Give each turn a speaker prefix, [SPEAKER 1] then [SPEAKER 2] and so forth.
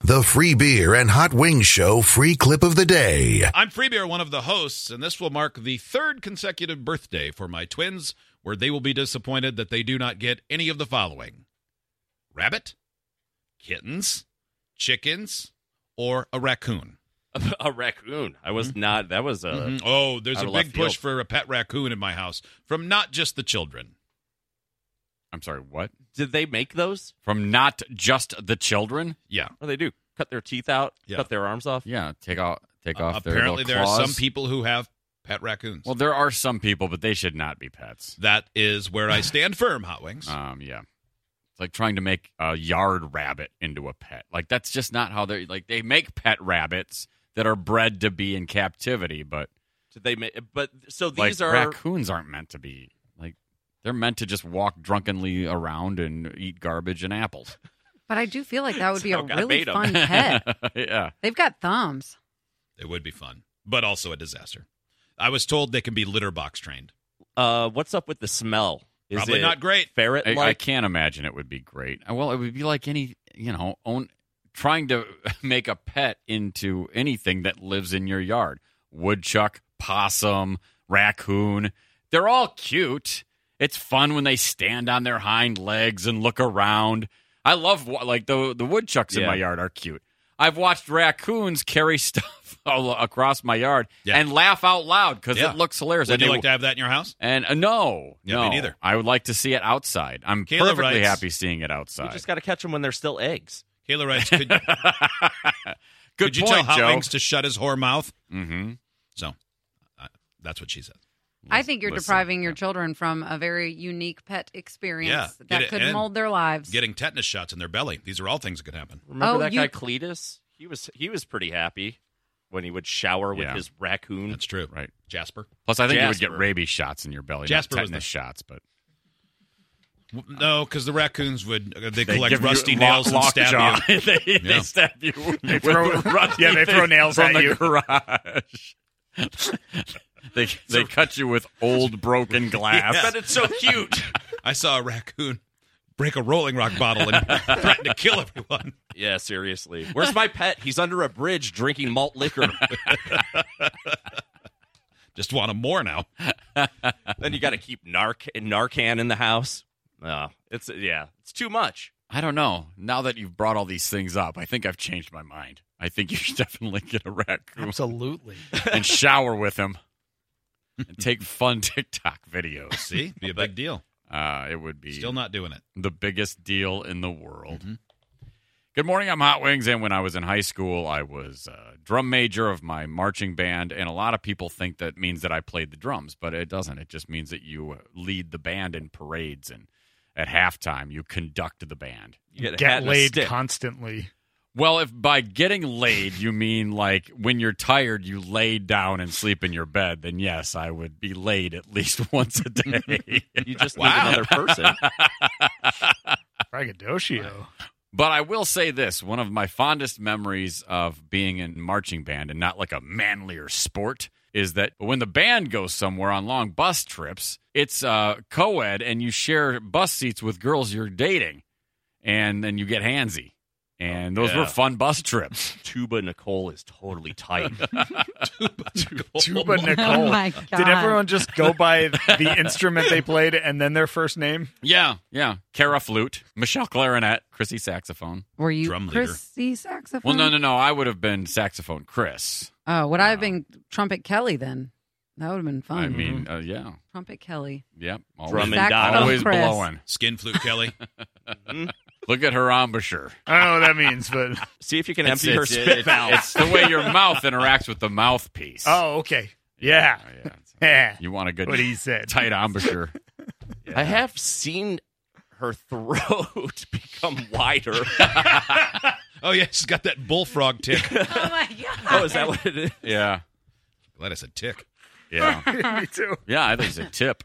[SPEAKER 1] The Free Beer and Hot Wings Show free clip of the day.
[SPEAKER 2] I'm Freebeer, one of the hosts, and this will mark the third consecutive birthday for my twins where they will be disappointed that they do not get any of the following rabbit, kittens, chickens, or a
[SPEAKER 3] Uh,
[SPEAKER 2] raccoon.
[SPEAKER 4] A, a raccoon. I
[SPEAKER 3] Mm-hmm.
[SPEAKER 4] was not. That was a.
[SPEAKER 2] Mhm. Oh, there's
[SPEAKER 4] out
[SPEAKER 2] a
[SPEAKER 4] of left
[SPEAKER 2] big push
[SPEAKER 4] field.
[SPEAKER 2] for a pet raccoon in my house from not just the children.
[SPEAKER 3] I'm sorry, what?
[SPEAKER 4] Did they make those?
[SPEAKER 3] From not just the children?
[SPEAKER 2] Yeah.
[SPEAKER 4] What do they do? Cut their teeth out?
[SPEAKER 2] Yeah.
[SPEAKER 4] Cut their arms off?
[SPEAKER 3] Yeah, take off take
[SPEAKER 2] Uh,
[SPEAKER 3] off their
[SPEAKER 2] apparently,
[SPEAKER 3] little
[SPEAKER 2] there are some
[SPEAKER 3] claws.
[SPEAKER 2] people who have pet raccoons.
[SPEAKER 3] Well, there are some people, but they should not be pets.
[SPEAKER 2] that is where I stand firm, Hot Wings.
[SPEAKER 3] Um, yeah. It's like trying to make a yard rabbit into a pet. Like that's just not how they like they make pet rabbits that are bred to be in captivity, but
[SPEAKER 4] Did they make? But so
[SPEAKER 3] like
[SPEAKER 4] these are.
[SPEAKER 3] raccoons aren't meant to be like they're meant to just walk drunkenly around and eat garbage and apples.
[SPEAKER 5] But I do feel like that would be a
[SPEAKER 4] That's how God
[SPEAKER 5] really
[SPEAKER 4] made 'em.
[SPEAKER 5] fun pet.
[SPEAKER 3] yeah.
[SPEAKER 5] They've got thumbs.
[SPEAKER 2] It would be fun, but also a disaster. I was told they can be litter box trained.
[SPEAKER 4] Uh, what's up with the smell? Is
[SPEAKER 2] Probably
[SPEAKER 4] it
[SPEAKER 2] not great.
[SPEAKER 4] Ferret
[SPEAKER 3] I, I
[SPEAKER 4] like.
[SPEAKER 3] can't imagine it would be great. Uh, Well, it would be like any, you know, own trying to make a pet into anything that lives in your yard. Woodchuck, possum, raccoon. They're all cute. It's fun when they stand on their hind legs and look around. I love wa- like the the woodchucks in
[SPEAKER 4] Yeah.
[SPEAKER 3] my yard are cute. I've watched raccoons carry stuff all across my yard
[SPEAKER 2] Yeah.
[SPEAKER 3] and laugh out loud because
[SPEAKER 2] Yeah.
[SPEAKER 3] it looks hilarious.
[SPEAKER 2] Would
[SPEAKER 3] And
[SPEAKER 2] you
[SPEAKER 3] they-
[SPEAKER 2] like to have that in your house?
[SPEAKER 3] and uh, no,
[SPEAKER 2] Yeah,
[SPEAKER 3] no,
[SPEAKER 2] me neither.
[SPEAKER 3] I would like to see it outside. I'm
[SPEAKER 2] Kayla
[SPEAKER 3] perfectly
[SPEAKER 2] writes-
[SPEAKER 3] happy seeing it
[SPEAKER 4] You
[SPEAKER 3] outside.
[SPEAKER 4] just got to catch them when they're still eggs.
[SPEAKER 2] Kayla writes, could,
[SPEAKER 3] Good
[SPEAKER 2] could you tell
[SPEAKER 3] point,
[SPEAKER 2] Hot
[SPEAKER 3] Joe.
[SPEAKER 2] Wings to shut his whore mouth?
[SPEAKER 3] Mm-hmm.
[SPEAKER 2] So uh, that's what she said.
[SPEAKER 5] I think you're
[SPEAKER 3] Listen,
[SPEAKER 5] depriving your
[SPEAKER 3] yeah.
[SPEAKER 5] children from a very unique pet experience
[SPEAKER 2] Yeah, get
[SPEAKER 5] that
[SPEAKER 2] it
[SPEAKER 5] could
[SPEAKER 2] in.
[SPEAKER 5] mold their lives.
[SPEAKER 2] Getting tetanus shots in their belly. These are all things that could happen.
[SPEAKER 4] Remember
[SPEAKER 5] Oh,
[SPEAKER 4] that
[SPEAKER 5] you-
[SPEAKER 4] guy Cletus? He was he was pretty happy when he would shower with
[SPEAKER 3] Yeah.
[SPEAKER 4] his raccoon.
[SPEAKER 2] That's true.
[SPEAKER 3] Right.
[SPEAKER 2] Jasper.
[SPEAKER 3] Plus, I think you would
[SPEAKER 4] Jasper.
[SPEAKER 3] get rabies shots in your belly, not
[SPEAKER 2] Jasper was
[SPEAKER 3] tetanus
[SPEAKER 2] the-
[SPEAKER 3] shots, but
[SPEAKER 2] W- No, because the raccoons would uh, they,
[SPEAKER 3] They
[SPEAKER 2] collect
[SPEAKER 3] give you
[SPEAKER 2] rusty
[SPEAKER 3] lock-
[SPEAKER 2] nails and
[SPEAKER 3] lock
[SPEAKER 2] stab
[SPEAKER 3] jaw.
[SPEAKER 2] you.
[SPEAKER 3] they, they
[SPEAKER 2] Yeah.
[SPEAKER 3] stab you. They
[SPEAKER 6] throw- yeah, they throw nails
[SPEAKER 3] from
[SPEAKER 6] at
[SPEAKER 3] the
[SPEAKER 6] you.
[SPEAKER 3] garage. they they cut you with old broken glass.
[SPEAKER 4] But it's so cute.
[SPEAKER 2] I saw a raccoon break a Rolling Rock bottle and threaten to kill everyone.
[SPEAKER 4] yeah, seriously. Where's my pet? He's under a bridge drinking malt liquor.
[SPEAKER 2] Just want him more now.
[SPEAKER 4] then you got to keep narc and Narcan in the house. No, it's yeah, it's too much.
[SPEAKER 3] I don't know. Now that you've brought all these things up, I think I've changed my mind. I think you should definitely get a raccoon.
[SPEAKER 6] Absolutely.
[SPEAKER 3] and shower with him and take fun TikTok videos.
[SPEAKER 2] See, be a big deal.
[SPEAKER 3] Uh, it would be
[SPEAKER 2] Still not Mm-hmm. doing it.
[SPEAKER 3] the biggest deal in the world. Good morning. I'm Hot Wings, and when I was in high school, I was uh, drum major of my marching band, and a lot of people think that means that I played the drums, but it doesn't. It just means that you uh, lead the band in parades, and at halftime, you conduct the band.
[SPEAKER 4] You get, a hat
[SPEAKER 6] Get
[SPEAKER 4] and a
[SPEAKER 6] laid
[SPEAKER 4] stick.
[SPEAKER 6] constantly.
[SPEAKER 3] Well, if by getting laid you mean like when you're tired, you lay down and sleep in your bed, then yes, I would be laid at least once a day.
[SPEAKER 4] you just
[SPEAKER 2] Wow.
[SPEAKER 4] need another person.
[SPEAKER 6] Braggadocio.
[SPEAKER 3] but I will say this one of my fondest memories of being in marching band and not like a manlier sport is that when the band goes somewhere on long bus trips, it's uh, co ed and you share bus seats with girls you're dating, and then you get handsy. And those
[SPEAKER 4] yeah.
[SPEAKER 3] were fun bus trips.
[SPEAKER 4] Tuba Nicole is totally tight.
[SPEAKER 6] Tuba
[SPEAKER 5] oh
[SPEAKER 6] Nicole.
[SPEAKER 5] my god!
[SPEAKER 6] Did everyone just go by the instrument they played and then their first name?
[SPEAKER 3] Yeah, yeah. Kara flute, Michelle clarinet, Chrissy saxophone.
[SPEAKER 5] Were you
[SPEAKER 2] Drum leader.
[SPEAKER 5] Chrissy saxophone?
[SPEAKER 3] Well, no, no, no. I would have been saxophone Chris.
[SPEAKER 5] Oh, would I have been Trumpet Kelly then? That would have been fun.
[SPEAKER 3] I mean, uh, yeah,
[SPEAKER 5] Trumpet Kelly.
[SPEAKER 3] yep. Always,
[SPEAKER 4] Drum and dial.
[SPEAKER 3] always
[SPEAKER 5] Chris.
[SPEAKER 3] blowing.
[SPEAKER 2] Skin flute Kelly.
[SPEAKER 3] Look at her embouchure.
[SPEAKER 6] I don't know what that means, but
[SPEAKER 4] See if you can
[SPEAKER 3] It's-
[SPEAKER 4] empty her
[SPEAKER 3] it's-
[SPEAKER 4] spit valve.
[SPEAKER 3] It's the way your mouth interacts with the mouthpiece.
[SPEAKER 6] oh, okay. Yeah.
[SPEAKER 3] yeah. it's-
[SPEAKER 6] Yeah.
[SPEAKER 3] You want a good
[SPEAKER 6] What he said.
[SPEAKER 3] tight embouchure.
[SPEAKER 4] I have seen her throat become wider.
[SPEAKER 2] Oh yeah, she's got that bullfrog tick.
[SPEAKER 5] oh my god!
[SPEAKER 4] oh, is that what it is?
[SPEAKER 3] Yeah,
[SPEAKER 2] Glad I said tick.
[SPEAKER 3] yeah,
[SPEAKER 6] Me too.
[SPEAKER 3] yeah. I think it's a tip.